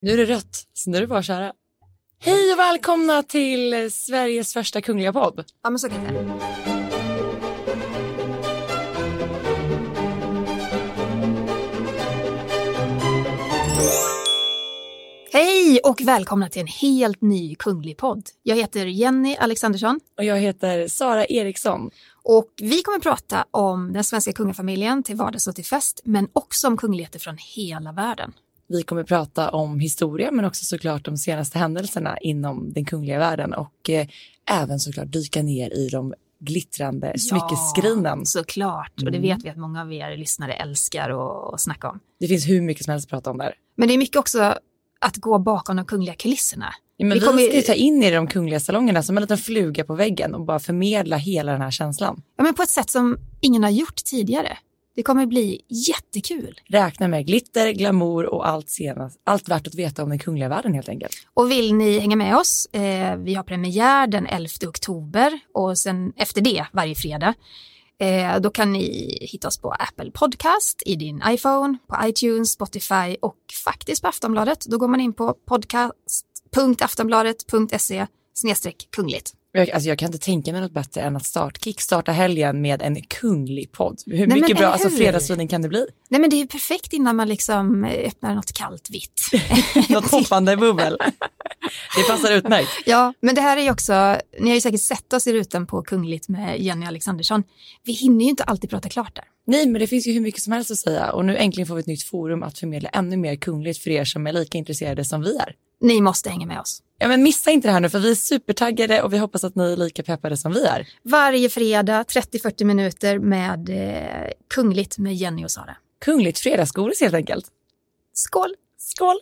Nu är det rött, så nu är det bara att köra. Hej och välkomna till Sveriges första kungliga podd. Ja, men så kan det. Hej och välkomna till en helt ny kunglig podd. Jag heter Jenny Alexandersson Och jag heter Sara Eriksson. och vi kommer prata om den svenska kungafamiljen till vardags och till fest, men också om kungligheter från hela världen. Vi kommer prata om historia men också såklart de senaste händelserna inom den kungliga världen och eh, även såklart dyka ner i de glittrande smyckesskrinena. Ja, såklart, och det Mm. vet vi att många av er lyssnare älskar att att snacka om. Det finns hur mycket som helst att prata om där. Men det är mycket också att gå bakom de kungliga kulisserna. Ja, Men Vi vi, kommer- ska ju ta in er i de kungliga salongerna som en liten fluga på väggen och bara förmedla hela den här känslan. Ja, men på ett sätt som ingen har gjort tidigare. Det kommer bli jättekul. Räkna med glitter, glamour och allt, senast, allt värt att veta om den kungliga världen helt enkelt. Och vill ni hänga med oss? Eh, vi har premiär den 11 oktober och sen efter det varje fredag. Eh, då kan ni hitta oss på Apple Podcast, i din iPhone, på iTunes, Spotify och faktiskt på Aftonbladet. Då går man in på podcast.aftonbladet.se snedstreck kungligt. Jag, alltså jag kan inte tänka mig något bättre än att start, kickstarta helgen med en kunglig podd. Hur men mycket bra eller alltså, hur? fredagsfeeling kan det bli? Nej men det är ju perfekt innan man liksom eh, öppnar något kallt vitt. Något hoppande bubbel. Det passar utmärkt. Ja, men det här är ju också, ni har ju säkert sett oss i rutan på Kungligt med Jenny Alexandersson. Vi hinner ju inte alltid prata klart där. Nej, men det finns ju hur mycket som helst att säga och nu äntligen får vi ett nytt forum att förmedla ännu mer kungligt för er som är lika intresserade som vi är. Ni måste hänga med oss. Ja, men missa inte det här nu för vi är supertaggade och vi hoppas att ni är lika peppade som vi är. Varje fredag 30-40 minuter med eh, Kungligt med Jenny och Sara. Kungligt fredagsgodis helt enkelt. Skål! Skål!